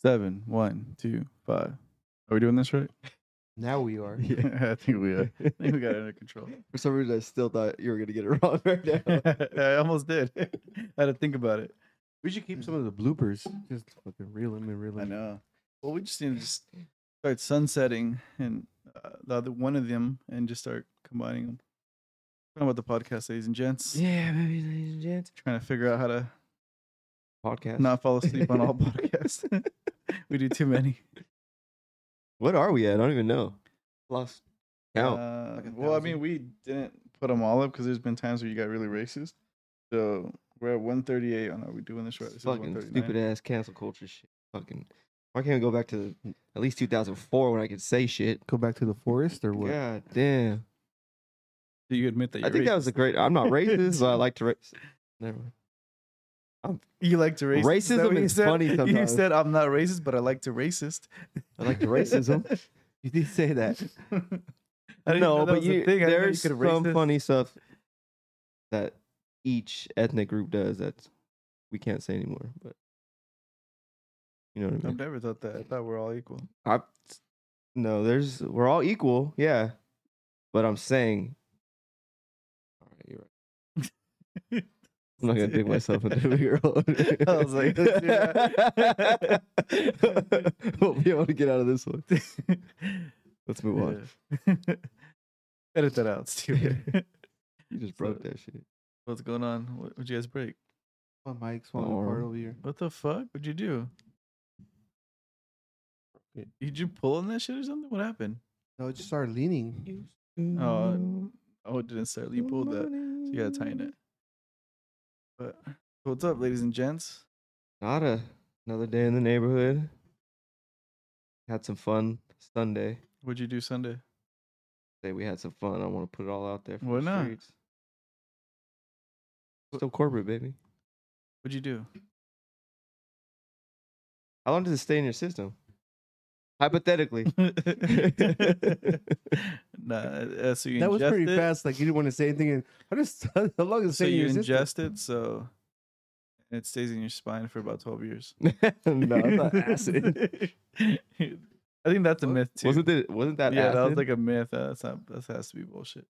seven, one, two, five. Are we doing this right? Now we are. Yeah, I think we are. I think we got it under control. For some reason, I still thought you were gonna get it wrong right now. I almost did. I had to think about it. We should keep some of the bloopers. Just fucking reel them and reel I them. know. Well, we just need to just start sunsetting and uh, the other one of them and just start combining them. Talking about the podcast, ladies and gents. Yeah, baby, ladies and gents. Trying to figure out how to Podcast. not fall asleep on all podcasts. we do too many. What are we at? I don't even know. Lost count. Uh, Oh, Like a well, I thousand. mean, we didn't put them all up because there's been times where you got really racist. So we're at 138. Oh, no, we're doing this right. This is fucking 139. stupid ass cancel culture shit. Fucking. Why can't we go back to the, at least 2004 when I could say shit? Go back to the forest or what? God damn. Do you admit that you're I think that was a great. I'm not racist, but I like to. Ra- Never mind. You like to racist? Is that Racism what you is said? funny You sometimes. said, I'm not racist, but I like to racist. I like the racism. You did say that. I didn't know no, that but was a you, thing. I didn't know there's you could some racist. funny stuff that each ethnic group does that we can't say anymore. But you know what I I've mean? never thought that. I thought we're all equal. I no, there's we're all equal, yeah. But I'm saying, all right, you're right. I'm not gonna dig myself into a year old. I was like, let's do that. won't be able to get out of this one. Let's move on. Yeah. Edit that out, stupid. You just So- broke that shit. What's going on? What would you guys break? My mic's falling Or- apart over here. What the fuck? What'd you do? Did you pull on that shit or something? What happened? No, it just started leaning. Oh, Oh, it didn't start. You pulled that. So you gotta tighten it. But what's up, ladies and gents? Not a, another day in the neighborhood. Had some fun Sunday. What'd you do Sunday? Say we had some fun. I want to put it all out there. For Why the not? streets. Still corporate, baby. What'd you do? How long does it stay in your system? Hypothetically. nah, uh, so you That was pretty ingest it, fast. Like you didn't want to say anything. And I just how long does it So stay you in your system? ingest it, so and it stays in your spine for about twelve years. no, it's not acid. I think that's a What? myth too. Wasn't that wasn't that yeah, acid? that was like a myth. Uh, That's not. That has to be bullshit.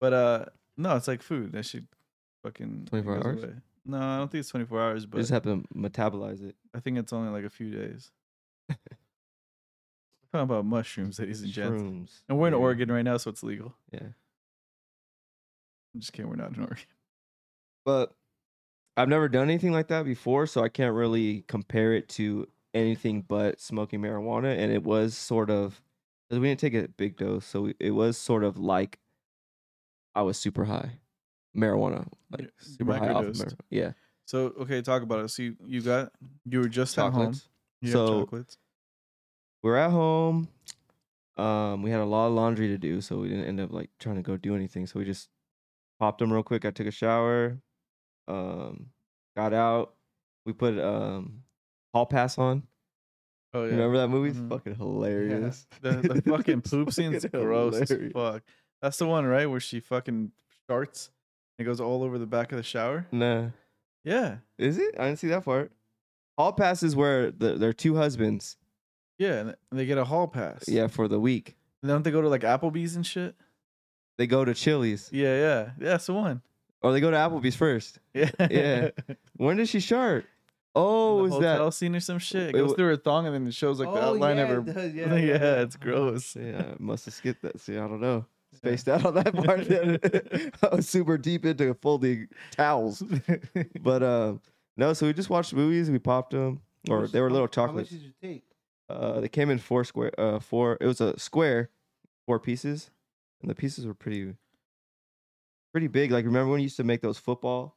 But uh, no, it's like food. That should fucking it 24 goes hours? away. No, I don't think it's twenty four hours, you but just have to metabolize it. I think it's only like a few days. Talking about mushrooms, ladies and gents, Shrooms, and we're in baby. Oregon right now, so it's legal. Yeah. I'm just kidding. We're not in Oregon. but I've never done anything like that before, so I can't really compare it to anything but smoking marijuana. And it was sort of 'cause we didn't take a big dose, so it was sort of like I was super high marijuana, like Yeah, super high off of microdosed. marijuana. Yeah, So okay, talk about it. So you, you got you were just at home. chocolates. You have So- chocolates. We were at home. Um, we had a lot of laundry to do, so we didn't end up like trying to go do anything. So we just popped them real quick. I took a shower. Um, got out. We put um hall pass on. Oh You Remember that movie? It's Mhm. Fucking hilarious. the, the fucking poop scene's fucking gross as hilarious. fuck. That's the one, right, where she fucking starts and it goes all over the back of the shower. Nah, Yeah, is it? I didn't see that part. Hall pass is where the, there are two husbands. yeah, and they get a hall pass. Yeah, for the week and don't they go to like Applebee's and shit? they go to Chili's Yeah, yeah, yeah. That's the one. or they go to Applebee's first. Yeah, Yeah. When does she start? Oh, the is hotel that? scene or some shit? It It goes wa- through her thong and then it shows like the outline yeah, of her. it does, Yeah, it's gross. Yeah, I must have skipped that. See, I don't know. Spaced out on that part. I was super deep into folding towels. But uh, no, so we just watched movies. We popped them, How or much- they were how- little How much chocolates. did you take? Uh, they came in four square. Uh, four. It was a square, four pieces, and the pieces were pretty, pretty big. Like remember when you used to make those football,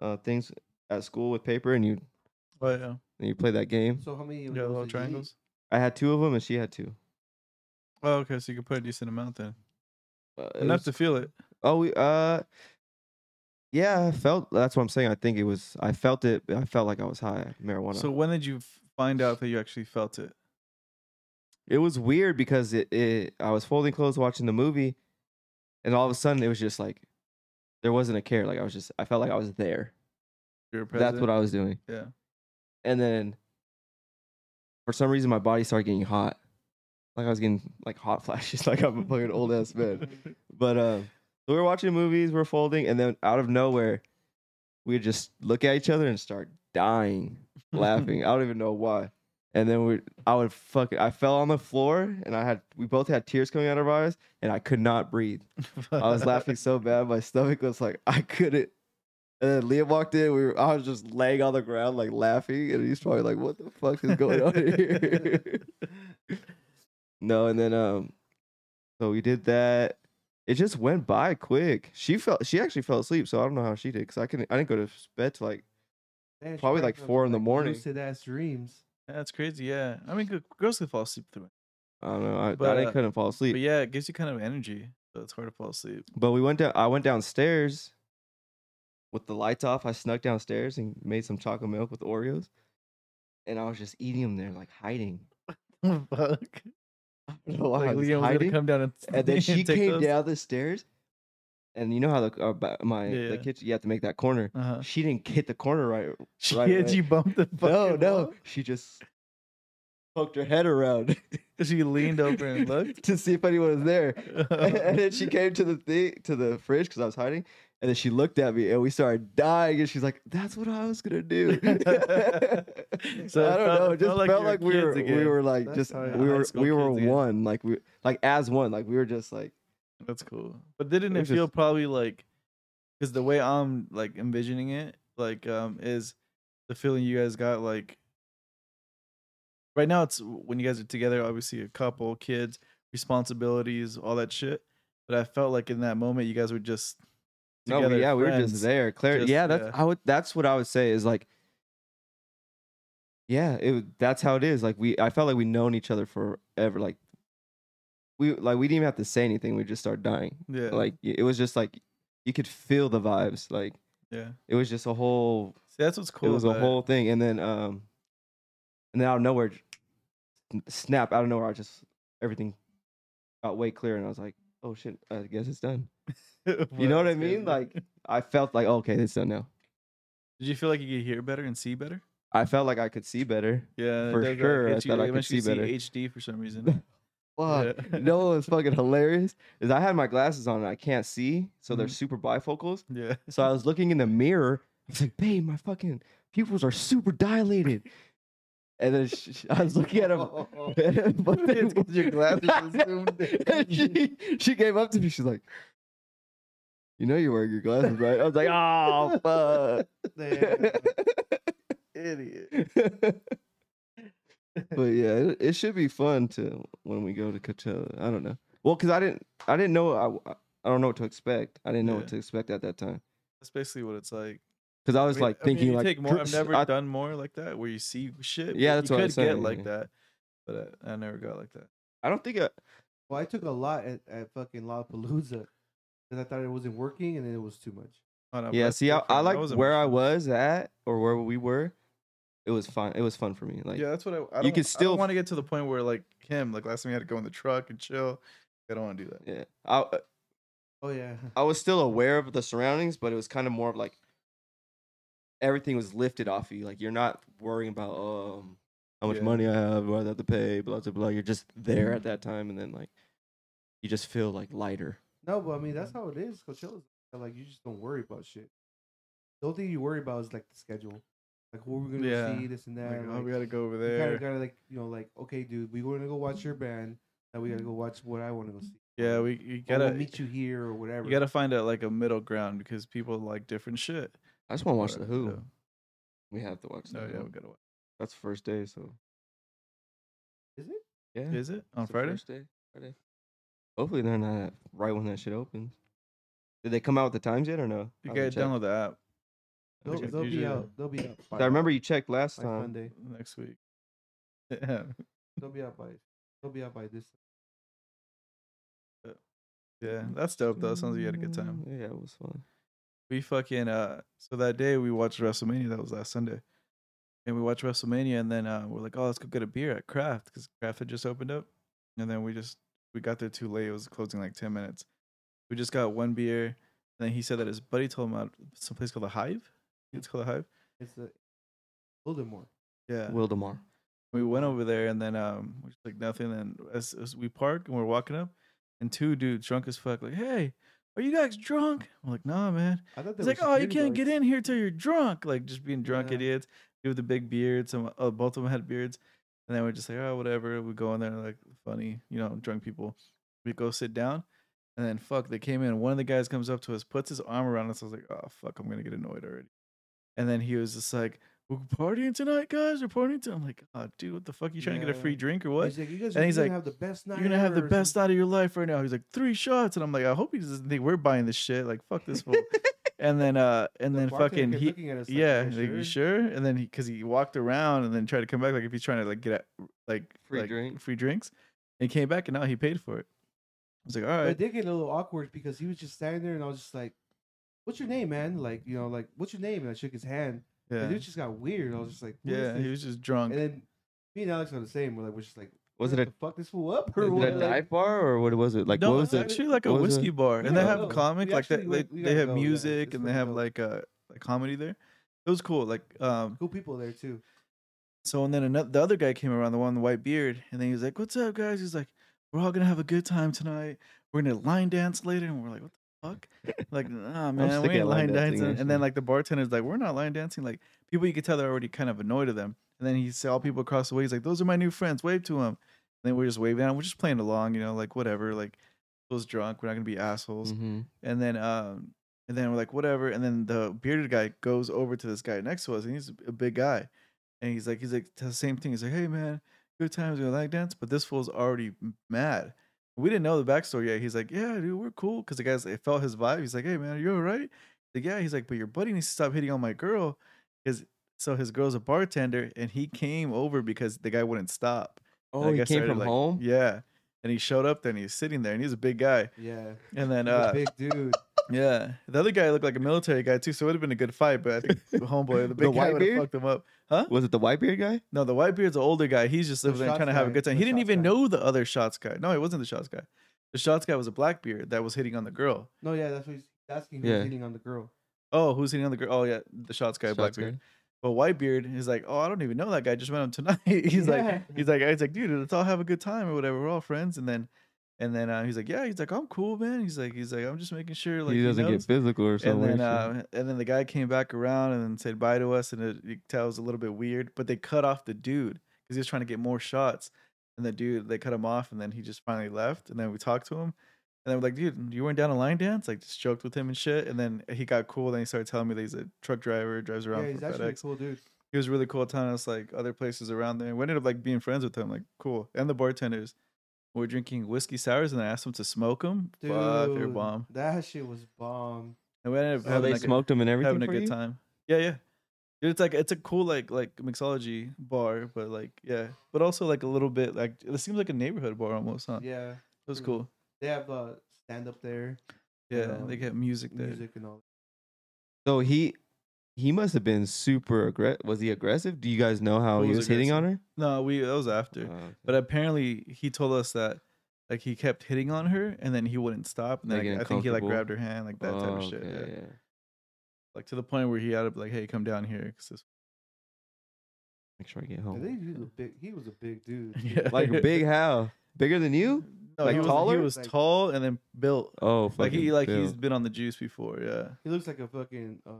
uh, things at school with paper, and you But yeah, and you play that game. So how many? you of got those little did you eat? triangles. I had two of them, and she had two. Oh, okay, so you can put a decent amount then, Uh, it enough was- to feel it. Oh, we, uh, yeah, I felt. That's what I'm saying. I think it was. I felt it. I felt like I was high marijuana. So when did you f- find out that you actually felt it? it was weird because it, it. I was folding clothes, watching the movie, and all of a sudden it was just like there wasn't a care. Like I was just. I felt like I was there. You were That's what I was doing. Yeah. And then for some reason my body started getting hot. Like I was getting like hot flashes, like I'm a fucking old ass man. But um, so we were watching movies, we are folding, and then out of nowhere, we just look at each other and start dying laughing. I don't even know why. And then we, I would fuck I fell on the floor, and I had we both had tears coming out of our eyes, and I could not breathe. I was laughing so bad, my stomach was like I couldn't. And then Liam walked in. We were, I was just laying on the ground, like laughing, and he's probably like, "What the fuck is going on here?" no, and then um, so we did that. It just went by quick. She felt she actually fell asleep, so I don't know how she did because I couldn't. I didn't go to bed till like Yeah, Probably she probably like had four in the morning. Lucid ass dreams. That's crazy. Yeah, I mean, g- girls could fall asleep through it, I don't know. I, But, I didn't- uh, couldn't fall asleep. but yeah, it gives you kind of energy, so it's hard to fall asleep. But we went down. I went downstairs with the lights off. I snuck downstairs and made some chocolate milk with Oreos, and I was just eating them there, like hiding. Fuck. I don't know why I Like was Leon was gonna hiding. come down and, and then she take came those. down the stairs, and you know how the uh, ba- my Yeah. the kitchen you have to make that corner. Uh-huh. She didn't hit the corner right. She Right hit away. you bumped the fucking No, no. wall? She just poked her head around. She leaned over and looked. to see if anyone was there. and then she came to the thing to the fridge because I was hiding, and then she looked at me, and we started dying. And she's like, "That's what I was gonna do." so I don't So it felt- know. It it felt just like felt you were like we kids were we again. were like That's just how it- we high were school we were kids again. one like we like as one like we were just like That's cool. But didn't It it, was feel just- probably like because the way I'm like envisioning it, like um is the feeling you guys got like right now it's when you guys are together, obviously a couple, kids, responsibilities, all that shit. But I felt like in that moment you guys were just no together, yeah we were friends. just there. Claire, Just- yeah, that's yeah. I would that's what I would say is like. Yeah, it was- that's how it is. Like we, I felt like we known each other forever. Like we, like we didn't even have to say anything. We just started dying. Yeah. like y- it was just like you could feel the vibes like yeah. it was just a whole See that's what's cool. it was a about whole thing and then um and then out of nowhere j- n- snap out of nowhere i just everything got way clear and i was like oh shit i guess it's done you know what i It's crazy. mean like i felt like okay it's done now Did you feel like you could hear better and see better? i felt like i could see better Yeah, it For does that. sure, I Hits you- thought I it could makes you see better. HD for some reason. Fuck. Yeah. You know what was fucking hilarious is I had my glasses on and I can't see, so they're Mhm. super bifocals. yeah. So I was looking in the mirror. I was like, babe, my fucking pupils are super dilated. And then sh sh- I was looking at him. but then- It's 'cause your glasses are zoomed in. And she, she came up to me. She's like, You know, you're wearing your glasses, right? I was like, Oh, fuck. Idiot. but yeah, it, it should be fun to when we go to Coachella. I don't know. Well, because I didn't, I didn't know, I, I don't know what to expect. I didn't know Yeah. what to expect at that time. That's basically what it's like. Because I was mean- like I mean, thinking you like take more. I've "Dr- never I- done more like that where you see shit. but Yeah, that's you what I could was get saying, like yeah. that, but I, I never got like that. I don't think I, Well, I took a lot at, at fucking Lollapalooza because I thought it wasn't working and then it was too much. Oh, no, but yeah. that's See, I, I different. That like was where I emotional. was at or where we were. It was fun. It was fun for me. Like yeah, that's what I. I you don't- could I still- want to get to the point where like him, like last time we had to go in the truck and chill. I don't want to do that. yeah. I Oh yeah, I was still aware of the surroundings, but it was kind of more of like everything was lifted off you. Like you're not worrying about um how much Yeah. money I have, what I have to pay, blah blah blah. You're just there at that time, and then like you just feel like lighter. no, but I mean that's how it is. Coachella's like you just don't worry about shit. The only thing you worry about is like the schedule, like what we're gonna Yeah. see, this and that. Like, oh, like, we got to go over you kind there. of gotta like you know like okay, dude, we want to go watch your band. Now we gotta go watch what I want to go see. yeah, we you Or Oh, gotta we'll meet you here or whatever. You gotta find out like a middle ground because people like different shit. I just want to watch But, the Who. uh, We have to watch the No, Who. yeah, we gotta. Watch. That's first day, so Is it? yeah. Is it on It's the Friday? first day, Friday. Hopefully they're not at- right when that shit opens. Did they come out with the times yet or no? I You haven't gotta checked. download the app. They'll, Check they'll usually be out. They'll be out. by- I remember you checked last by time. Sunday. next week. Yeah, They'll be out by. They'll be out by this. yeah, that's dope though. Sounds like you had a good time. Mm, Yeah, it was fun. we fucking uh so that day we watched WrestleMania that was last Sunday. And we watched WrestleMania and then uh we're like, "Oh, let's go get a beer at Kraft cuz Kraft had just opened up." And then we just we got there too late. It was closing like 10 minutes. We just got one beer and then he said that his buddy told him about some place called the Hive. It's called the Hive. It's a Voldemort. Yeah. Wildemar. We went over there and then um, we just like nothing. And as, as we park and we're walking up, and two dudes drunk as fuck, like, hey, are you guys drunk? I'm like, nah, man. I thought It's were like, oh, you security can't guards. get in here till you're drunk. Like, just being drunk Yeah. idiots. Dude with the big beard. Some uh, both of them had beards, and then we're just like, oh, whatever. We go in there like funny, you know, drunk people. We go sit down, and then fuck, they came in. One of the guys comes up to us, puts his arm around us. I was like, oh fuck, I'm gonna get annoyed already. And then he was just like, we're partying tonight, guys. We're partying tonight. I'm like, oh, dude, what the fuck? You trying to get a Yeah. free drink or what? He's like, you guys And are he's gonna like, have the best night. You're gonna have the ever," or best something. night of your life right now. He's like three shots, and I'm like, I hope he doesn't think we're buying this shit. Like, fuck this fool. and then, uh, and The then bartender fucking kept he, looking at us like, yeah, "You like, you sure?" sure? And then he, cause he walked around and then tried to come back, like if he's trying to like get at, like Free like, drink. free drinks, and he came back and now he paid for it. I was like, all But it right, did get a little awkward because he was just standing there, and I was just like, "What's your name, man?" Like, you know, like, "What's your name?" And I shook his hand. The yeah, dude just got weird. I was just like, "Who is yeah. He this?" was just drunk. And then me and Alex are the same. We're like, we're just like, Was it "What a the fuck this fool up?" was Or it what? a Like, dive bar or what was it? Like no, what it's was it? actually like a what was whiskey it? bar, and they gotta have go. comic We like that. actually They, went- we they gotta have go, yeah. music It's and they really have dope. like uh like comedy there. It was cool. Like um, cool people there too. So and then another the other guy came around, the one with the white beard, and then he was like, "What's up, guys?" He's like, "We're all gonna have a good time tonight. We're gonna line dance later." And we're like, "What the fuck?" like, nah, man, sick we ain't of line line dancing, dancing. And then actually. like the bartender's like, "We're not line dancing." Like people, you could tell they're already kind of annoyed of them. And then he saw people across the way. He's like, "Those are my new friends. Wave to them." And then we're just waving at 'em. We're just playing along, you know, like whatever. Like, was drunk. We're not gonna be assholes Mhm. and then um and then we're like whatever and then the bearded guy goes over to this guy next to us and he's a big guy and he's like he's like the same thing he's like hey man good times gonna like dance but this fool's already m- mad we didn't know the backstory yet he's like yeah dude we're cool because the guy's it felt his vibe he's like hey man are you all right like yeah he's like but your buddy needs to stop hitting on my girl because so his girl's a bartender and he came over because the guy wouldn't stop And Oh, the he guy came started, from like- home. yeah and he showed up there and he's sitting there and he's a big guy Yeah, and then He was uh a big dude. yeah, the other guy looked like a military guy too, so it would have been a good fight. But I think the homeboy, the big guy, white would have beard? fucked him up, huh? Was it the white beard guy? No, the white beard's an older guy. He's just The over there trying to shots have a guy. good time. The He didn't shots even guy. know the other shots guy. No, he wasn't the shots guy. The shots guy was a black beard that was hitting on the girl. No, yeah, that's what he's asking. Who's Yeah. hitting on the girl? Oh, who's hitting on the girl? Oh yeah, the shots guy, black Shots beard. guy. But white beard is like, oh, I don't even know that guy. Just met him tonight. he's like, Yeah. he's like, he's like, dude, let's all have a good time or whatever. We're all friends. And then, and then uh, he's like, yeah, he's like, I'm cool, man. He's like, he's like, I'm just making sure like he doesn't knows. get physical or and something. then uh, and then the guy came back around and then said bye to us and it, you could tell it was a little bit weird but they cut off the dude because he was trying to get more shots and the dude they cut him off and then he just finally left and then we talked to him and then we're like dude you weren't down a line dance like just joked with him and shit and then he got cool then he started telling me that he's a truck driver drives around Yeah, he's for actually a FedEx cool dude. he was really cool telling us like other places around there we ended up like being friends with him like cool and the bartenders we were drinking whiskey sours and I asked them to smoke them Dude, fuck they're bomb That shit was bomb. and we ended up oh, having they like a- smoked him and everything. having a for good you? time. Yeah, yeah. Dude, it's like it's a cool like like mixology bar, but like yeah, but also like a little bit like it seems like a neighborhood bar almost, huh? Yeah, Yeah, it was pretty cool. they have uh, stand up there, Yeah, um, they got music there. music and all. So he he must have been super aggressive. Was he aggressive? Do you guys know how Who he was was hitting on her? No, we that was after, Oh, but apparently he told us that like he kept hitting on her and then he wouldn't stop, and then Making like, it I think he like comfortable. grabbed her hand like that type of Oh, okay, shit, yeah. yeah. like to the point where he had to be like, hey, come down here, cause this, Make sure I get And then he was a home. big. He was a big dude. yeah. Like big how? Bigger than you? no, like he was, taller? He was Like- tall and then built. Oh, Like he fucking like Bill. he's been on the juice before, yeah. He looks like a fucking uh,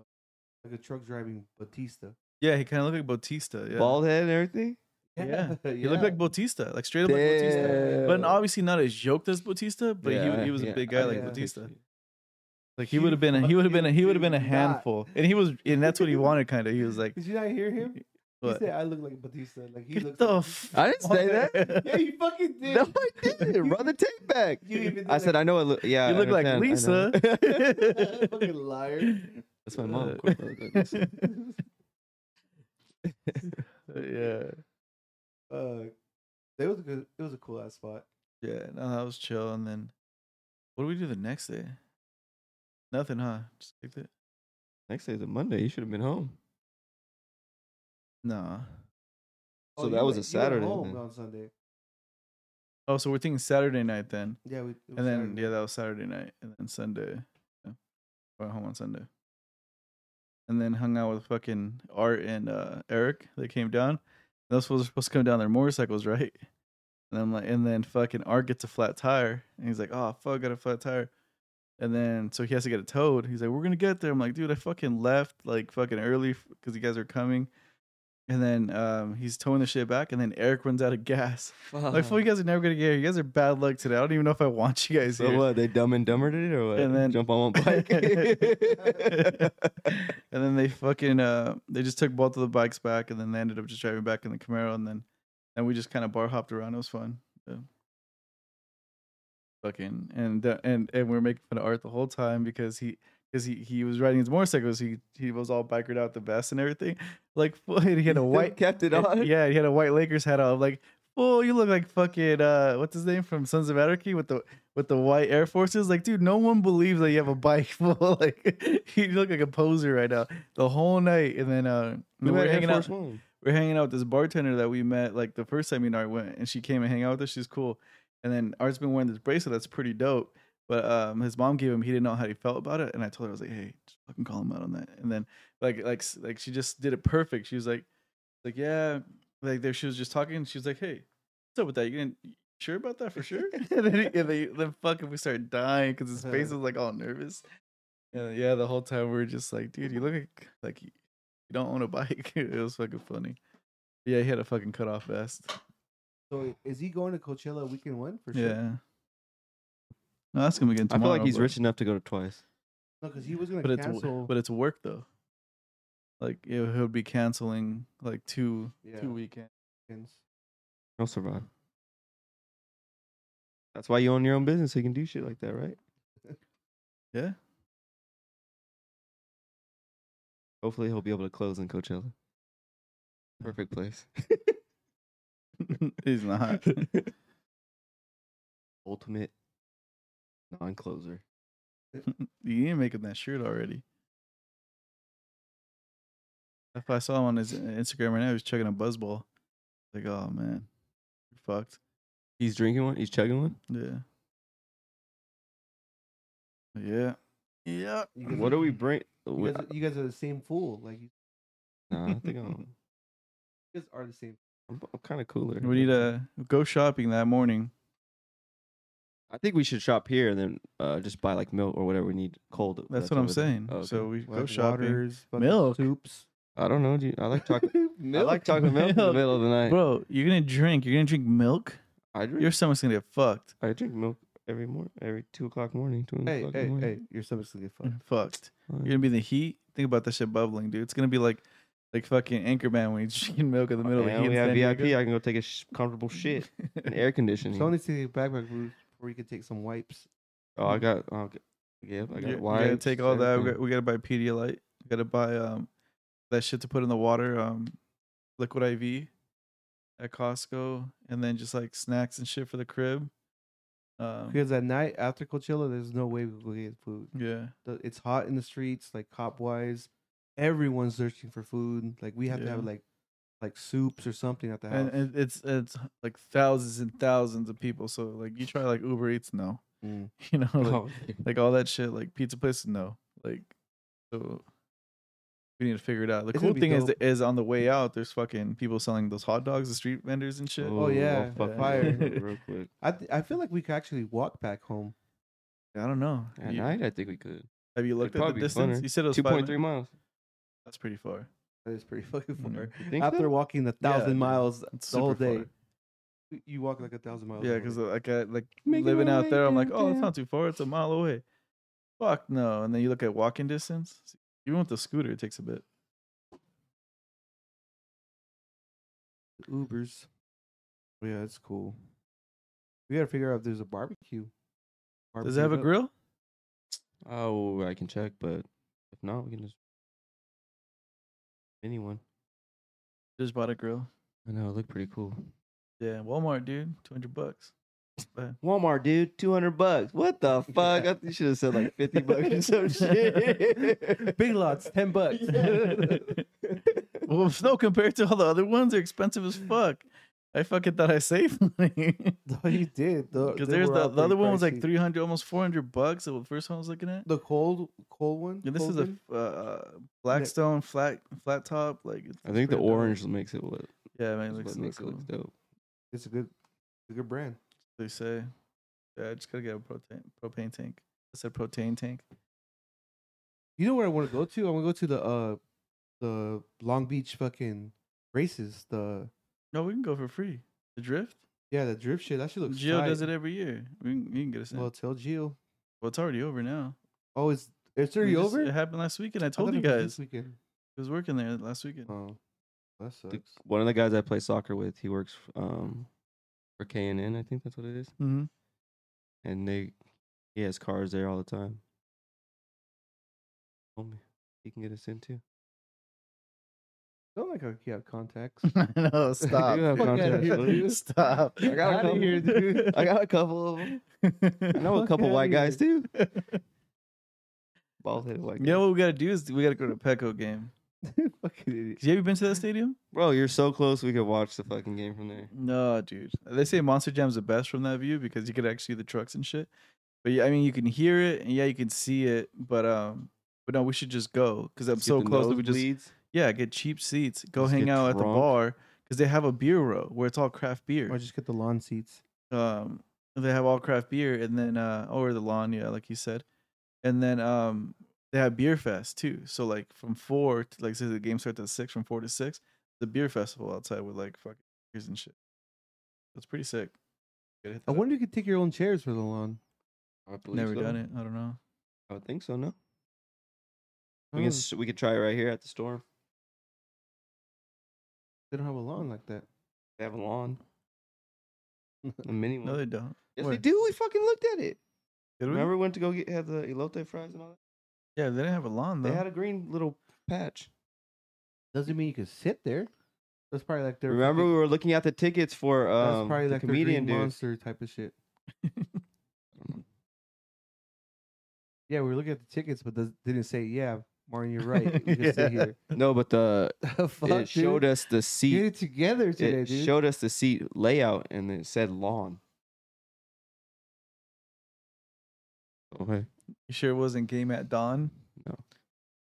like a truck driving Batista. Yeah, he kind of looked like Bautista. Yeah. bald head and everything. Yeah, he looked like Bautista, like straight up like Bautista. Damn. But obviously not as yoked as Bautista, but he he was yeah, a big I guy can like yeah. Bautista. picture Like he would have been, a, he would have been, a, he would have been a Huge handful, and he was, and that's what he wanted. Kind of, he was like, Did you not hear him? what? He said, "I look like Batista." Like he Get looks. the like, f- I didn't say that. yeah, you fucking it. did. No, I didn't. Run the tape back. You even did I said like- I know it. Look, yeah, You I look like understand, I know. fucking liar. That's my mom. Of course I look like Lisa. yeah, Uh, it was a good. It was a cool ass spot. yeah. No, that was chill. And then, what do we do the next day? Nothing, huh? Just like that. Next day's a Monday. You should have been home. Nah. So Oh, you that was a went- you went Saturday home then. on Sunday. Oh, so we're thinking Saturday night then, Yeah, we, it was and then Saturday. yeah, that was Saturday night, and then Sunday, yeah. went home on Sunday, and then hung out with fucking Art and uh, Eric. They came down, Those fools are supposed to come down their motorcycles, right? And I'm like, and then fucking Art gets a flat tire, and he's like, "Oh fuck, got a flat tire," and then so he has to get it towed. He's like, "We're gonna get there." I'm like, "Dude, I fucking left like fucking early because you guys are coming," and then um, he's towing the shit back, and then Eric runs out of gas. Like, fuck, you guys are never gonna get here. You guys are bad luck today. I don't even know if I want you guys So here. what? They dumb and dumbered it or what? And then- jump on one bike. and then they fucking uh they just took both of the bikes back and then they ended up just driving back in the Camaro and then and we just kind of bar hopped around. It was fun. Yeah. Fucking and uh, and and we were making fun of Art the whole time because he because he he was riding his motorcycles. He he was all bikered out the best and everything. Like fool, he had a white kept it on. yeah, he had a white Lakers hat on. I'm like, oh, you look like fucking uh, what's his name from Sons of Anarchy with the with the white Air Forces. Like, dude, no one believes that you have a bike. Full like, you look like a poser right now the whole night. And then uh, We we're had Air hanging Force out. One. We're hanging out with this bartender that we met like the first time you and I went, and she came and hang out with us. She's cool. And then Art's been wearing this bracelet that's pretty dope. But um, his mom gave him. He didn't know how he felt about it, and I told her I was like, "Hey, just fucking call him out on that." And then like like s- like she just did it perfect. She was like, like yeah, like there she was just talking. and She was like, "Hey, what's up with that? You didn't you sure about that for sure?" and then he- and then, then fucking we started dying because his face was like all nervous. And yeah, the whole time we were just like, "Dude, you look like like you you don't own a bike." it was fucking funny. Yeah, he had a fucking cut off vest. So is he going to Coachella weekend one for sure? Yeah. No, that's gonna again I feel tomorrow. like he's but- rich enough to go to twice. No, because he was gonna but it's cancel. w- but it's work though. Like it, he'll be canceling like two yeah, two weekends. weekends. I'll survive. That's why you own your own business. So you can do shit like that, right? Yeah, Hopefully, he'll be able to close in Coachella. Perfect place. he's not. Ultimate non-closer. you ain't making that shirt already. If I saw him on his uh, Instagram right now, he was chugging a buzzball. Like, oh man, you're fucked. He's drinking one. He's chugging one. Yeah. Yeah. Yeah. You guys What are, do we bring? You we- guys, you guys are the same fool. Like you Nah, I think I'm, guys are the same. I'm, I'm kind of cooler. We need to go shopping that morning. I think we should shop here and then uh, just buy like milk or whatever we need cold. That's, what I'm over there. saying. Oh, okay. So we go Like shopping. waters, fucking Milk. soups. I don't know. Do you, I like chocolate. I Milk. like chocolate milk in the Milk. middle of the night. Bro, you're gonna drink. You're gonna drink milk. I drink. Your stomach's gonna get fucked. I drink milk every morning, every two o'clock morning. Two Hey, o'clock hey, hey! morning. Your stomach's gonna get Mm-hmm. fucked. Fucked. Like, You're gonna be in the heat. Think about that shit bubbling, dude. It's gonna be like, like fucking Anchorman when he's drinking milk in the middle of the and heat. we in have San VIP. Diego. I can go take a sh- comfortable shit and air conditioning. Someone needs to take a backpack Bruce, before you can take some wipes. oh, I got. Oh, okay. Yep, I Yeah, got. we gotta wipes, take all that. We everything. gotta, we gotta buy Pedialyte. We gotta buy um that shit to put in the water. Um, liquid IV at Costco, and then just like snacks and shit for the crib. Um, Because at night after Coachella, there's no way we go get food. yeah, The- It's hot in the streets, like cop wise. Everyone's searching for food. Like we have to have Yeah. like like soups or something at the house. and, and it's it's like thousands and thousands of people. So like, you try like Uber Eats, no, Mm. you know, like, Oh, like all that shit, like pizza places, no, like so. We need to figure it out. The It's gonna cool be thing is, dope. is on the way out, there's fucking people selling those hot dogs, the street vendors and shit. Oh, yeah, fuck fire. with it Real quick. I th- I feel like we could actually walk back home. I don't know. At You- night, I think we could. Have you looked at probably the be distance? funner. You said it was Two point three miles. miles. That's pretty far. That is pretty fucking Mhm. far. You think After so? walking the Yeah, thousand dude. miles It's the whole super day, far. y- you walk like a thousand miles. Yeah, uh, a because day. like I like Making living my out way there, I'm like, oh, it's downtown. not too far. It's a mile away. Fuck no. And then you look at walking distance. Even with the scooter, it takes a bit. Ubers. Yeah, that's cool. We gotta figure out if there's a barbecue. Does it have a Barbecue grill? Oh, I can check, but if not, we can just anyone. Just bought a grill. I know it looked pretty cool. Yeah, Walmart, dude, two hundred bucks. But Walmart, dude, two hundred bucks. What the fuck? Yeah. I th- you should have said like fifty bucks or some shit. Big lots, ten bucks. well, if no, compared to all the other ones, they're expensive as fuck. I fucking thought I saved money No, you did. The, because they there's were the, all the other pretty one was like pricey. three hundred, almost four hundred bucks. The first one I was looking at. The cold, cold one. Yeah, this is a Colvin? uh, Blackstone flat flat top. Like it's, I it's think the pretty dope. orange makes it what Yeah, man, is it looks, what looks makes it cool. look dope. It's a good, it's a good brand. They say, yeah, I just gotta get a protein propane tank. I said protein tank. You know where I want to go to? I want to go to the uh, the Long Beach fucking races. The No, we can go for free. The drift. yeah, the drip shit. That shit looks. Geo does tight. it every year. We can, you can get us in. Well, Well, tell Gio. it's already over now. Oh, it's it's We already just- over. It happened last weekend. I I thought told you it was this guys. I weekend. was working there last weekend. Oh, that sucks. The- One of the guys I play soccer with, he works um for K and N, I think that's what it is, Mm-hmm. and they he has cars there all the time. Told me he can get us in too. Don't like how you have contacts. I know. Stop. do have Fuck outta contacts, here, buddy. dude. Stop. I got a Outta couple. here, dude. I got a couple of them. I know a Fuck couple outta white guys too. you Bald headed white. know guys. what we gotta do is we gotta go to Petco game. fucking idiot. 'Cause you ever been to that stadium? bro, you're so close. We could watch the fucking game from there. No, dude. They say Monster Jam's the best from that view because you could actually see the trucks and shit. But yeah, I mean, you can hear it and yeah, you can see it. But um, but no, we should just go because I'm Get so the close that we just nosebleeds. yeah get cheap seats, go Just hang get out at the drunk. bar because they have a beer row where it's all craft beer. Or just get the lawn seats. um they have all craft beer and then uh or the lawn yeah like you said and then um they have beer fest too so like from four to like say the game starts at six from four to six the beer festival outside with like fucking beers and shit it's pretty sick Gotta hit that I up. wonder if you could take your own chairs for the lawn. I believe never so. done it i don't know I would think so. No, we can Oh, s- we could try it right here at the store. They don't have a lawn like that. They have a lawn, a mini one. no they don't yes, Where? they do. We fucking looked at it. Did we? Remember, we went to go get had the elote fries and all that. yeah they didn't have a lawn though They had a green little patch. Doesn't mean you can sit there. That's probably like their. Remember, we fucking- were looking at the tickets for that's um, probably the like their comedian Green dude. monster type of shit. Yeah, we were looking at the tickets, but does, didn't say, "Yeah, Martin, you're right. You can sit Yeah. here." No, but the The Fuck, it showed us the Get seat. it together today, it dude. showed us the seat layout, and it said lawn. Okay, you sure it wasn't game at dawn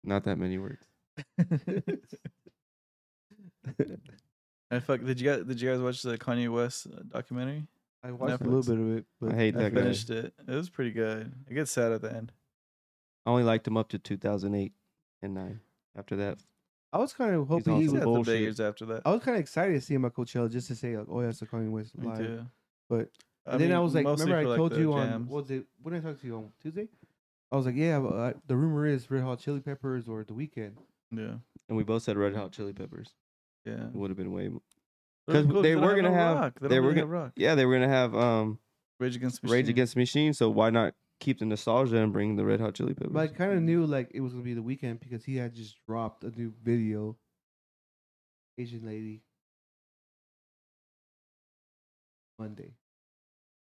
not that many words. I fuck. Did you guys did you guys watch the Kanye West uh, documentary? I watched a little bit of it, but I hate I that guy. finished it. It was pretty good. It gets sad at the end. I only liked him up to 2008 and nine. After that, I was kind of hoping on he He's some would. had the bullshit. big years after that. I was kind of excited to see him at Coachella just to say, like, "Oh yeah, so Kanye West Me live." too. but- I And then I mean, was like, mostly remember I for, like, told the you on jams. what was it? When did I talk to you on Tuesday? I was like, yeah, but, uh, the rumor is Red Hot Chili Peppers or The Weeknd. yeah, and we both said Red Hot Chili Peppers. yeah, It would have been way. m- But it was 'Cause cool they don't were gonna no have- rock. they don't were really gonna- have rock. Yeah, they were gonna have um Rage Against the Rage Machine. Against the Machine, so why not keep the nostalgia and bring the Red Hot Chili Peppers? But I kind Mm-hmm. of knew like it was gonna be The Weeknd because he had just dropped a new video. Asian lady. Monday.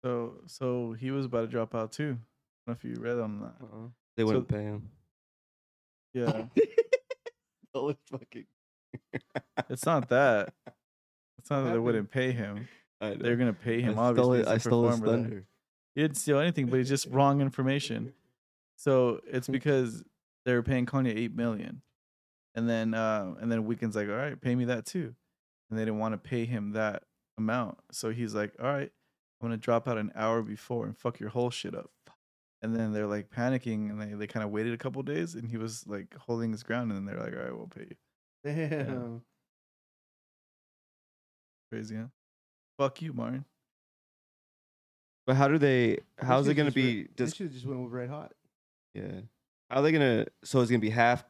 So, so he was about to drop out too. I don't know if you read on that. Uh-uh. they so- wouldn't pay him. Yeah, Oh, it's fucking. it's not that. It's not that they happened? wouldn't pay him. I know. They're gonna pay him. I stole, obviously, it, as a I stole his performer there. thunder. He didn't steal anything, but it's just wrong information. So it's Mm. because they were paying Kanye eight million, and then uh, and then Weekend's like, all right, pay me that too, and they didn't want to pay him that amount. So he's like, all right, I'm gonna drop out an hour before and fuck your whole shit up. And then they're like panicking, and they, they kind of waited a couple days, and he was like holding his ground, and then they're like, all right, we'll pay you. Damn. Crazy, huh? Fuck you, Martin. But how do they? How's it should've gonna just went- be? They Just should have just went with Red Hot. yeah. How are they gonna? So it's gonna be half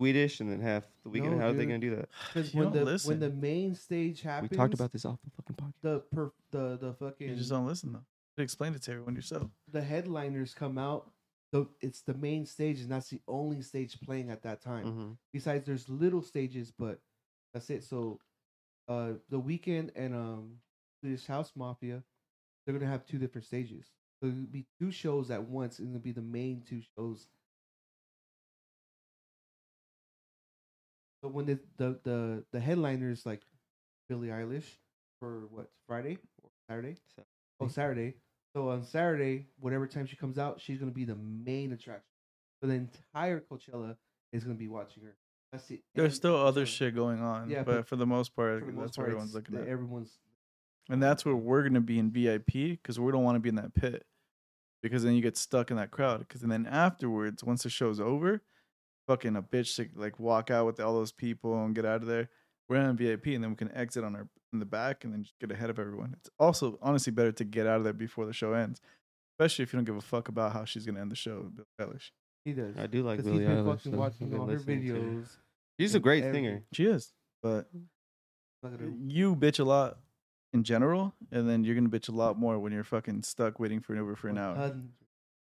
Swedish and then half the weekend. No, how are they dude. gonna do that? Because You when don't the when listen. the main stage happens, We talked about this off the fucking podcast. the per, the the fucking You just don't listen though. You explained it to everyone yourself. the headliners come out. The, it's the main stage, and that's the only stage playing at that time. Mhm. Besides, there's little stages, but that's it. So, uh, the weekend and um, Swedish House Mafia, they're gonna have two different stages. So it'll be two shows at once, and it'll be the main two shows. But when the the the, the headliners like Billie Eilish for what Friday or Saturday? Sa- Oh, Saturday. So on Saturday, whatever time she comes out, she's gonna be the main attraction. So the entire Coachella is gonna be watching her. That's it. There's And- still other so, shit going on, Yeah, but, but for the most part, for the most that's part, what everyone's it's looking the- at. Everyone's and that's where we're gonna be in VIP because we don't want to be in that pit because then you get stuck in that crowd. Because then afterwards, once the show's over, fucking a bitch to like walk out with all those people and get out of there. We're in VIP and then we can exit on our in the back and then just get ahead of everyone. It's also honestly better to get out of there before the show ends, especially if you don't give a fuck about how she's gonna end the show. Billie Eilish. he does. I do like Because Billie he's been Eilish. fucking though. I've watching been all her listening to her. videos. She's a and great everything. singer. She is, but Look at her. you bitch a lot in general, and then you're gonna bitch a lot more when you're fucking stuck waiting for over for an hour. 100.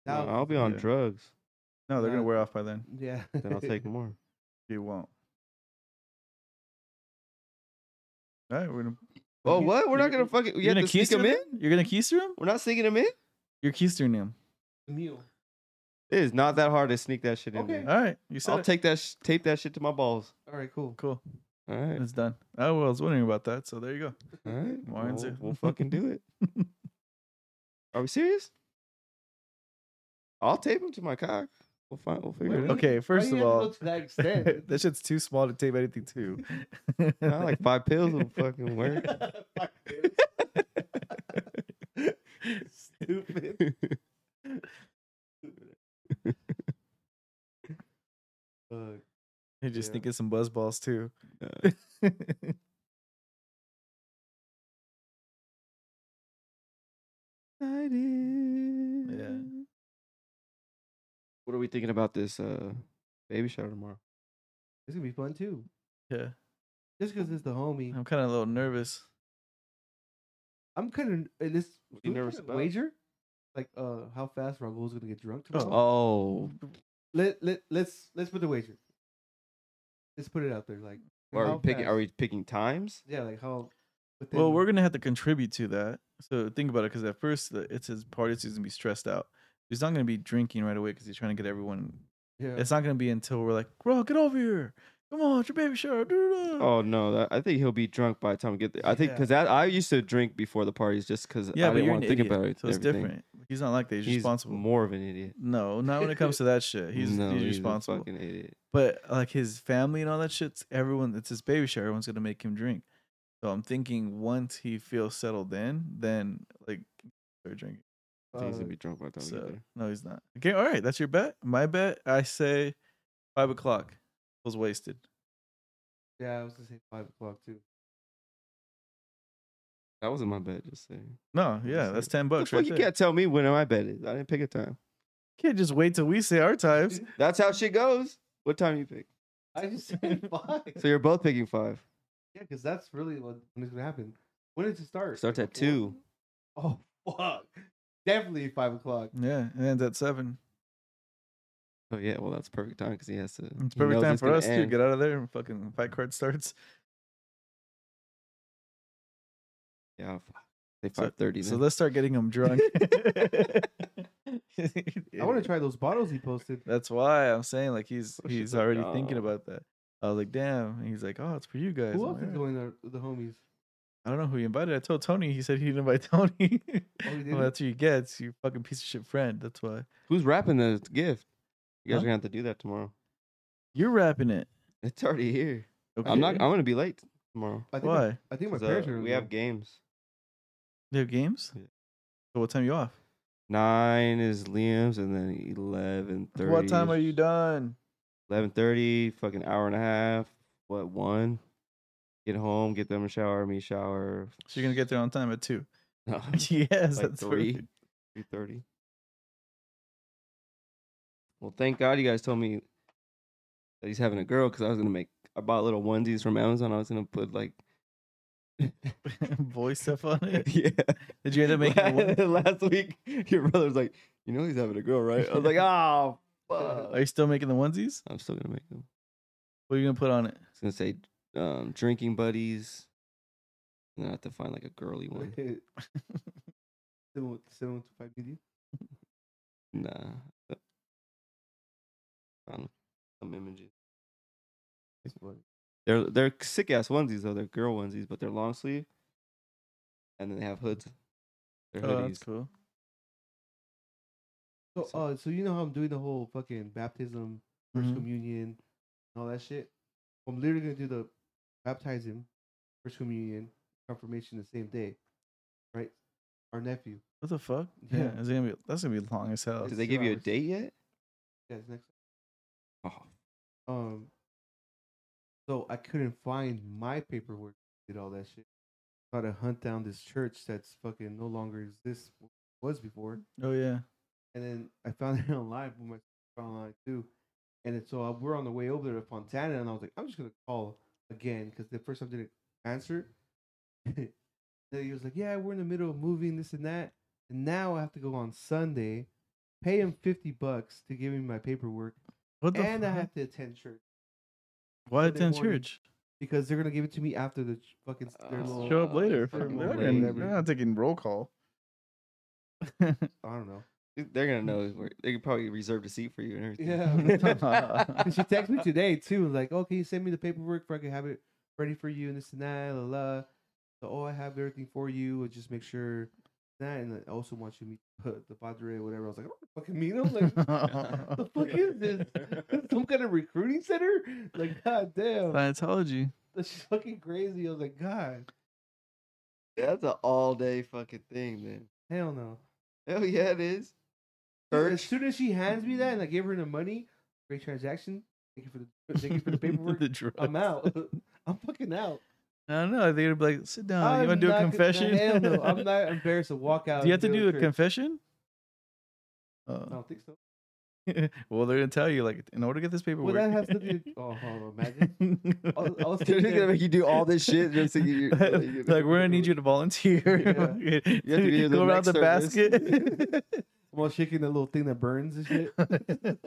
No, I'll be on Yeah. drugs. No, they're gonna Nah. wear off by then. Yeah. Then I'll take more. You won't. All right, we're gonna. Oh, you- what? We're not you- gonna fucking. We you're have gonna to sneak keister him in. them? You're gonna keister him? We're not sneaking him in. You're keistering him. Mule. It is not that hard to sneak that shit in. Okay. man. All right, you said I'll it. take that. Sh- tape that shit to my balls. All right, cool. Cool, All right. it's done. Oh well, I was wondering about that. So there you go. All right. Why is We'll, it- we'll fucking do it. Are we serious? I'll tape him to my cock. We'll find. We'll figure it out. Okay, first you of had to go all, to that extent? that shit's too small to tape anything to. Not like five pills will fucking work. Fuck this. Stupid. Fuck. You're just Yeah. thinking some buzz balls too. Uh, What are we thinking about this uh baby shower tomorrow? It's gonna be fun too. yeah, Just because it's the homie, I'm kind of a little nervous. I'm kind of this. What do you we nervous put a about? Wager, like uh, how fast Raul's gonna get drunk Oh. tomorrow? Oh, Let let let's let's put the wager. Let's put it out there. Like, are how we picking? Are fast- we picking times? Yeah, like how. Well, we're within- gonna have to contribute to that. So think about it, because at first the, it's his party, so he's gonna be stressed out. He's not gonna be drinking right away because he's trying to get everyone. Yeah. It's not gonna be until we're like, bro, get over here, come on, it's your baby shower. da-da-da." Oh no, that, I think he'll be drunk by the time we get there. I think Yeah. because I used to drink before the parties just because yeah, I but didn't you're want an to think idiot, about it. so it's everything. different. He's not like that. He's, He's responsible. more of an idiot. no, not when it comes to that shit. He's, No, he's, a responsible. fucking idiot. But like his family and all that shit's everyone. It's his baby shower. Everyone's gonna make him drink. So I'm thinking once he feels settled in, then like start drinking. I think he's Uh, gonna be drunk by the time we get So there. no, he's not. Okay, all right, that's your bet. My bet, I say five o'clock was wasted. Yeah, I was gonna say five o'clock too. That wasn't my bet. Just saying. No, yeah, see. that's ten What the bucks fuck right you there. can't tell me when my bet is. I didn't pick a time. Can't just wait till we say our times. That's how shit goes. What time you pick? I just said five. So you're both picking five. yeah, because that's really what when it's gonna happen. When does it start? Starts Like at a four- two. Oh fuck! Definitely five o'clock. Yeah, it ends at seven. Oh yeah, well that's perfect time because he has to. It's he perfect knows time for gonna us to end. get out of there and fucking fight card starts. Yeah, fuck. say So- five thirty. So let's start getting him drunk. I want to try those bottles he posted. That's why I'm saying like he's Oh, shit, he's that's already thinking dumb. about that. I was like, damn. And he's like, oh, it's for you guys. Who I'm else like, is going there? with The homies. I don't know who you invited. I told Tony. He said he didn't invite Tony. Oh, he well, didn't? that's who you get. It's your fucking piece of shit friend. That's why Who's wrapping the gift? You guys Huh? are gonna have to do that tomorrow. you're wrapping it. It's already here. Okay. I'm not. I'm gonna be late tomorrow. I think my- why? I think my 'cause, uh, parents are. we have gonna games. They have games. Yeah. So what time you off? Nine is Liam's, and then eleven thirty. What time are you done? Eleven thirty. Fucking hour and a half. What one? Get home. Get them a shower. Me shower. So you're gonna get there on time at two. No, yes, like that's three, perfect. three thirty. Well, thank God you guys told me that he's having a girl because I was gonna make. I bought little onesies from Amazon. I was gonna put like. boy stuff on it. yeah. Did you end up making? a one? last week? Your brother's like, you know, he's having a girl, right? I was like, oh, Are fuck. you still making the onesies? I'm still gonna make them. What are you gonna put on it? It's gonna say um, drinking buddies. And then I have to find like a girly go. one. Oh, Seven seven to five million. nah. I don't know. Some images. That's funny. They're they're sick ass onesies though. They're girl onesies, but they're long sleeve. And then they have hoods. They're Oh, that's hoodies. cool. So, So- uh, so you know how I'm doing the whole fucking baptism, 1st Mhm. communion, and all that shit. I'm literally gonna do the baptism, first communion, confirmation the same day, right? Our nephew. What the fuck? Yeah. Yeah, it's gonna be that's gonna be long as hell. Did It's they two give you a hours. date yet? Yeah, his next. Oh, Um. So I couldn't find my paperwork. Did all that shit. Try to hunt down this church that's fucking no longer exists. Was before. Oh yeah, and then I found it online, but my sister found it online too. And then, so I- we're on the way over there to Fontana, and I was like, I'm just gonna call again because the first time didn't answer. then he was like, Yeah, we're in the middle of moving this and that, and now I have to go on Sunday, pay him fifty bucks to give me my paperwork, what the and I fuck? have to attend church Why Sunday attend morning. church? because they're gonna give it to me after the ch- fucking s- their Uh, little, Show up later. their Fuck, fucking little They're, morning. gonna- whatever. they're not taking roll call. I don't know. they're gonna know. where- They could probably reserve a seat for you and everything. Yeah, sometimes- And she texted me today too, like, "Oh, can you send me the paperwork so I can have it ready for you and this and that, la la." So, oh, I have everything for you. and Just make sure that, and I also want you to meet the- the padre, or whatever. I was like, "I don't fucking meet him." Like, what the fuck is this? Some kind of recruiting center? Like, god damn, Scientology. that's fucking crazy. I was like, God, That's an all day fucking thing, man. hell no. Hell yeah, it is. As Church. soon as she hands me that, and I give her the money, great transaction. Thank you for the thank you for the paperwork. The drugs. I'm out. I'm fucking out. I don't know. I think it'd be like, sit down. Oh, you I'm want to do a not gonna- confession? Hell no, I'm not embarrassed to walk out. do you have to and do go a church. confession? I Oh. don't think so. well, they're gonna tell you like in order to get this Well, paperwork. that has to do. Oh, hold on, imagine. I was, I was They're sitting just gonna there. make you do all this shit just to get you. like we're gonna need you to volunteer. Yeah. you have You have to be the go around next the service. While shaking the little thing that burns and shit, basket.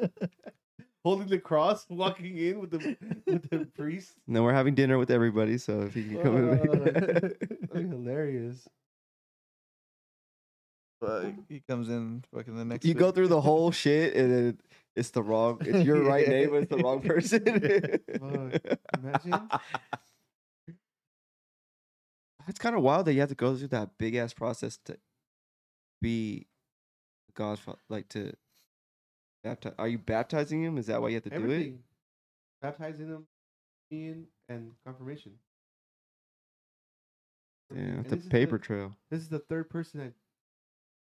holding the cross, walking in with the with the priest. No, we're having dinner with everybody, so if you can come Uh, over. That'd be hilarious. Fuck, he comes in fucking the next. you bit. go through the whole shit and then it's the wrong it's your right name but it's the wrong person Fuck. Imagine. it's kind of wild that you have to go through that big ass process to be godfather like to baptize are you baptizing him is that why you have to do it Everything. Baptizing them, in and confirmation. yeah And it's a this is paper the, trail this is the third person I've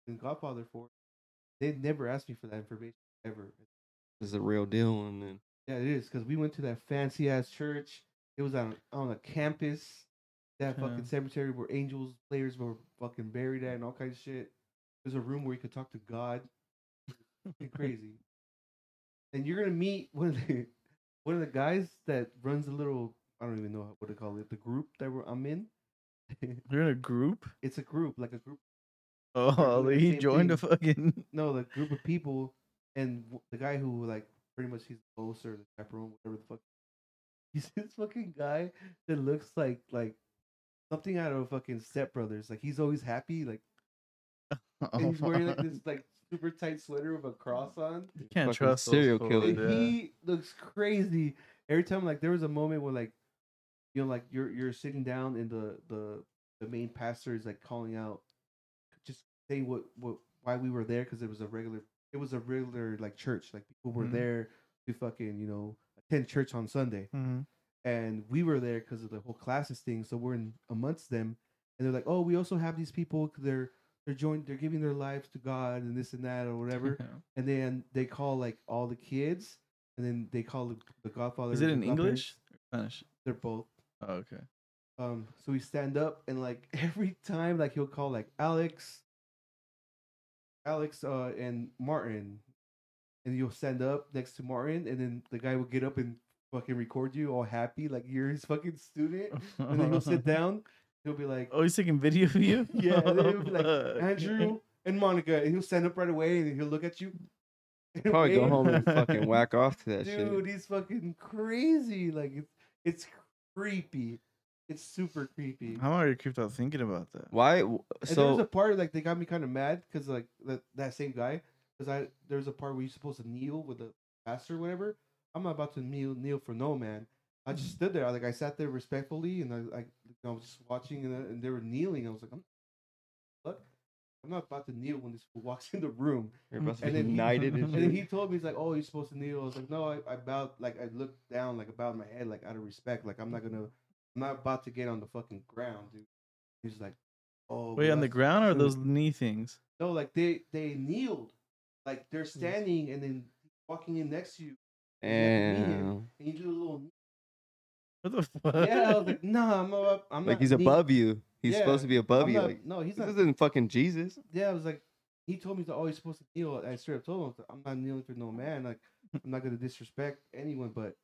been Godfather for. They never asked me for that information ever. this is a real deal and then Yeah, it is because we went to that fancy ass church. It was on on a campus, that Yeah. fucking cemetery where angels players were fucking buried at and all kinds of shit. There's a room where you could talk to God. Fucking crazy. And you're gonna meet one of the one of the guys that runs the little I don't even know what to call it the group that we're, I'm in. You're in a group. It's a group like a group. Oh, doing the he same joined a thing. fucking. No, the group of people and w- the guy who like pretty much he's the host or the chaperone, whatever the fuck. He's this fucking guy that looks like like something out of fucking Step Brothers. Like he's always happy. Like Oh, and he's wearing like this like super tight sweater with a cross on. you can't fucking trust those serial fools, killer. And yeah. he looks crazy every time. Like there was a moment where like you know like you're you're sitting down and the the the main pastor is like calling out, just say what what why we were there because it was a regular it was a regular like church like people were Mhm. there to fucking you know attend church on Sunday Mhm. and we were there because of the whole classes thing. So we're in amongst them, and they're like, oh, we also have these people 'cause they're they're joined they're giving their lives to God and this and that or whatever and then they call like all the kids, and then they call the, the Godfather. Is it the in godparents. English or Spanish? They're both. Oh, okay. Um, so we stand up, and like every time, like he'll call like Alex, Alex, uh, and Martin, and you'll stand up next to Martin, and then the guy will get up and fucking record you, all happy, like you're his fucking student, and then he'll sit down. He'll be like, Oh, he's taking video of you. Oh, Yeah, and then he'll be like, Fuck. Andrew and Monica, and he'll stand up right away, and he'll look at you. and probably go wave. home and fucking whack off to that dude, shit he's fucking crazy. Like it's it's creepy. It's super creepy. I'm already creeped out thinking about that. why and there was a Uh-huh. so part like they got me kind of mad because like that, that same guy because I there was a part where you're supposed to kneel with the pastor or whatever. I'm not about to kneel kneel for no man. I just stood there. I, like I sat there uh, respectfully and I like I was just watching and, I- and they were kneeling. I was like, I'm, look, I'm not about to kneel when this fool walks in the room. You're about to And be then he- knighted And and then shit. he told me he's like, "Oh, you're supposed to kneel." I was like, "No, I, I bowed. Like I looked down, like I bowed my head, like out of respect. Like I'm not gonna, I'm not about to get on the fucking ground, dude." He's like, "Oh, Wait, but on the that's- ground or true. those knee things? No, like they they kneeled, like they're Hmm. standing and then walking in next to you, And and you do a little. knee. What the fuck? Yeah, I was like, "Nah, I'm not. I'm like not he's knee- above you. He's Yeah, supposed to be I'm above you. not- Like no, he's this not. isn't fucking Jesus. yeah, I was like, he told me to always supposed to kneel. I straight up told him, I'm not kneeling for no man. Like, I'm not gonna disrespect anyone, but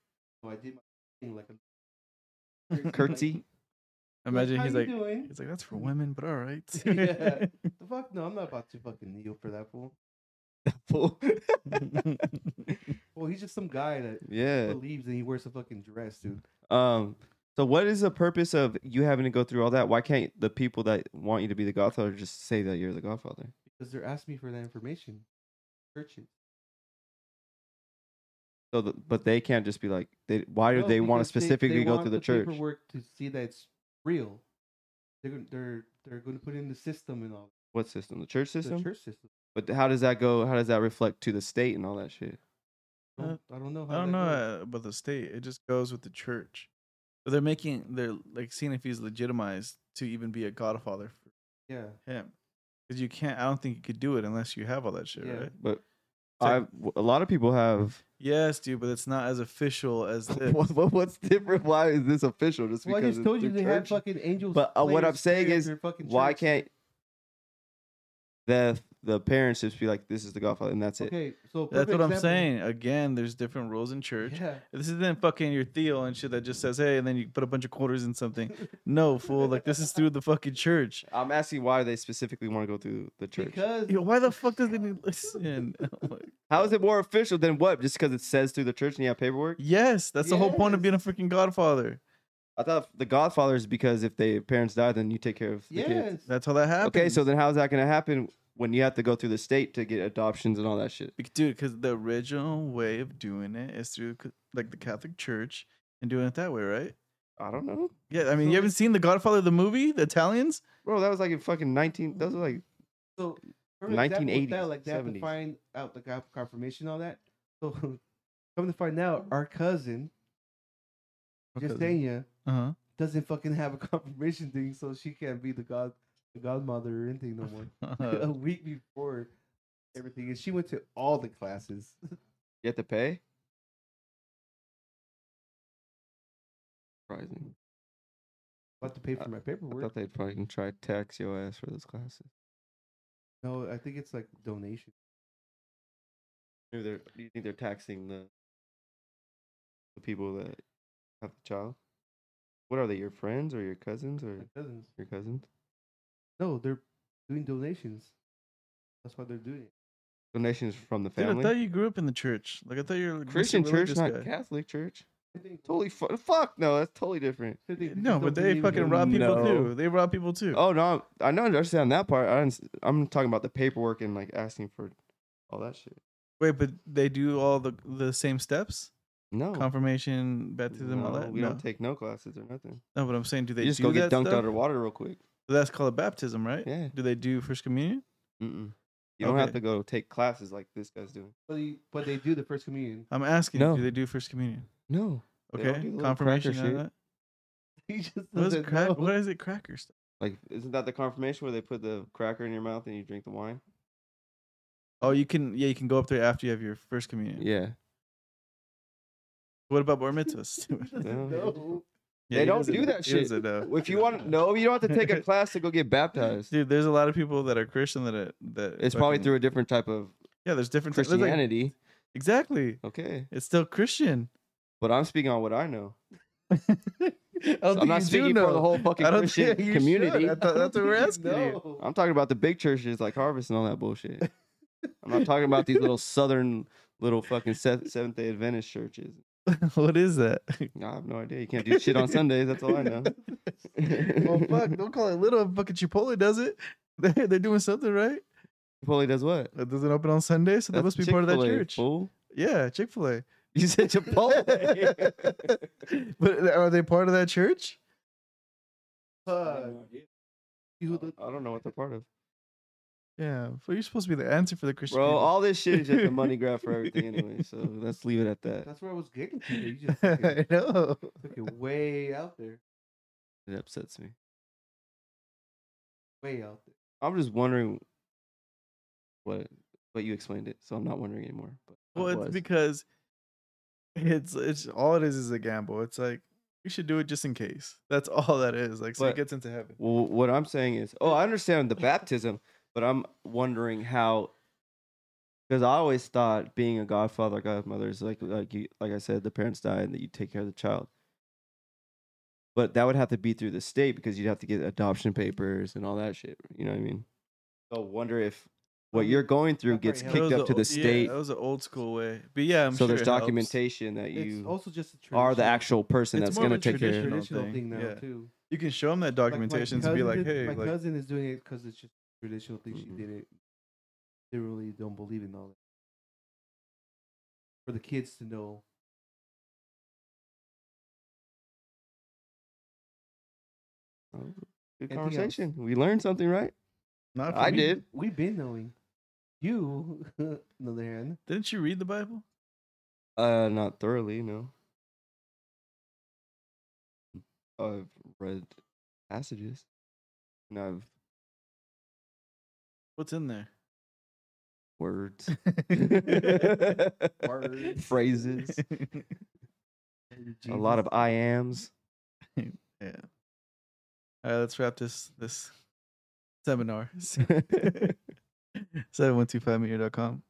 so I did my thing. Like, I'm Curtsy. Imagine how he's you like, doing? he's like, that's for women, but all right. Yeah. The fuck? No, I'm not about to fucking kneel for that fool. Fool. Well, he's just some guy that yeah. believes and he wears a fucking dress, dude. Um. So what is the purpose of you having to go through all that? Why can't the people that want you to be the Godfather just say that you're the Godfather? Because they're asking me for that information. Churches. So, the, but they can't just be like, they, why do No, they want to because specifically they go want through the, church? Paperwork to see that it's real. They're gonna, they're they're going to put in the system and all What system? The church system. the church system. But how does that go? How does that reflect to the state and all that shit? I don't, I don't know. Uh, I don't that know goes. uh, about the state. It just goes with the church. But they're making they're like seeing if he's legitimized to even be a godfather Yeah. for him. Because you can't. I don't think you could do it unless you have all that shit, Yeah. right? But It's I like- a lot of people have. Yes, dude. But it's not as official as this. what, what- what's different? Why is this official? Just Well, I because just it's told you the they have church? fucking angels. But, uh, what playing I'm saying spirit is, through fucking Why church. can't the the parents just be like, "This is the Godfather," and that's it? Okay, so That's perfect what I'm example. saying. Again, there's different rules in church. Yeah. This isn't fucking your Theo and shit that just says, hey, and then you put a bunch of quarters in something. No, fool. Like, this is through the fucking church. I'm asking why they specifically want to go through the church. Because Yo, why the fuck does it need listen? How is it more official than what? Just because it says through the church and you have paperwork? yes, that's the whole point of being a freaking godfather. I thought the Godfather is because if the parents die, then you take care of the yes, kids. That's how that happens. Okay, so then how is that going to happen when you have to go through the state to get adoptions and all that shit? Bec- Dude, because the original way of doing it is through c- like the Catholic Church and doing it that way, right? I don't know, Yeah, I mean, So you haven't seen The Godfather, the movie, the Italians? bro. That was like in fucking nineteen. Those were like so perfect example with that, 1980s, like they have to 70s. find out the co- confirmation, all that. So come to find out, our cousin Justania Uh huh. doesn't fucking have a confirmation thing, so she can't be the god, the godmother or anything no more. Uh-huh. a week before everything, and she went to all the classes. you have to pay. Surprising. About to pay for I- my I paperwork. thought they'd fucking try to tax your ass for those classes. No, I think it's like donation. Maybe they're. Do you think they're taxing the the people that have the child? What are they? Your friends or your cousins My or cousins. your cousins? No, they're doing donations. That's why they're doing it. Donations from the Dude, I family. thought you grew up in the church. Like, I thought you were just a Christian church, religious not guy. Catholic church. I think- Totally fu- fuck no, that's totally different. I think they No, just don't but they believe in fucking rob people No. too. They rob people too. Oh no, I don't understand that part. I don't, I'm talking about the paperwork and like asking for all that shit. Wait, but they do all the the same steps: No, confirmation, baptism, all Oh. No, that. we no. don't take no classes or nothing. no, but I'm saying, do they you just do go get that dunked stuff? underwater real quick. That's called a baptism, right? Yeah, Do they do first communion? Mm-mm. you don't have Okay. to go take classes like this guy's doing. But they, but they do the first communion. I'm asking. No. Do they do first communion? No, They don't Okay, do the little confirmation. cracker on shit. that? He just What is doesn't crack? know. What is it? Cracker stuff. like isn't that the confirmation where they put the cracker in your mouth and you drink the wine? Oh, you can. Yeah, you can go up there after you have your first communion. Yeah, What about bar mitzvahs? He doesn't No. know. Yeah, They he don't doesn't do know. that He shit. doesn't know. if you want, no, you don't have to take a class to go get baptized. Dude, there's a lot of people that are Christian that are, that It's probably fucking- through a different type of yeah. There's different there's like- Christianity. exactly. Okay, It's still Christian. but I'm speaking on what I know. I So I'm not speaking for the whole fucking Christian community. I thought, that's what we're No. asking. you. I'm talking about the big churches like Harvest and all that bullshit. I'm not talking about these little southern little fucking Se- Seventh Day Adventist churches. what is that? I have no idea. You can't do shit on Sundays. That's all I know. well, fuck! Don't call it little. Fucking Chipotle does it. They're, they're doing something right. Chipotle does what? It doesn't open on Sunday, so that That's must be part of that Chick-fil-A, church. Fool. Yeah, Chick Fil A. You said Chipotle. But uh, are they part of that church? Fuck. You I the- don't know what they're part of. Yeah, but you're supposed to be the answer for the Christian. Bro, people. all this shit is just a money grab for everything anyway. So let's leave it at that. That's where I was getting to. You just took I it, know. took it way out there. It upsets me. Way out there. I'm just wondering what but you explained it, so I'm not wondering anymore. But I Well, was. it's because it's it's all it is is a gamble. It's like we should do it just in case. That's all that is. Like so But- it gets into heaven. Well, what I'm saying is, oh, I understand the baptism, but I'm wondering how, because I always thought being a godfather, godmother is like like you, like I said, the parents die and that you take care of the child. But that would have to be through the state because you'd have to get adoption papers and all that shit. You know what I mean? So I wonder if what you're going through That probably gets That helps. was kicked up to ol- the Yeah, state, that was an old school way. But yeah, I'm so sure there's it helps. documentation that it's you also just a tradition, are the actual person It's that's more of going to a take care. of tradition. it. traditional thing, thing, now yeah. too. You can show them that Like, my documentation to be cousin like, did- hey, my like, cousin is doing it because it's just a traditional thing. Mhm. She did it. They really don't believe in all that. For the kids to know. Oh, Good Anything else? conversation. We learned something, right? not for I me. did. We've been knowing. You, on the other hand, Didn't you read the Bible? Uh, not thoroughly, no. I've read passages, and I've What's in there? words, Words. phrases, a lot of Jesus. I ams. Yeah. All right, let's wrap this this seminar. 7125meter.com.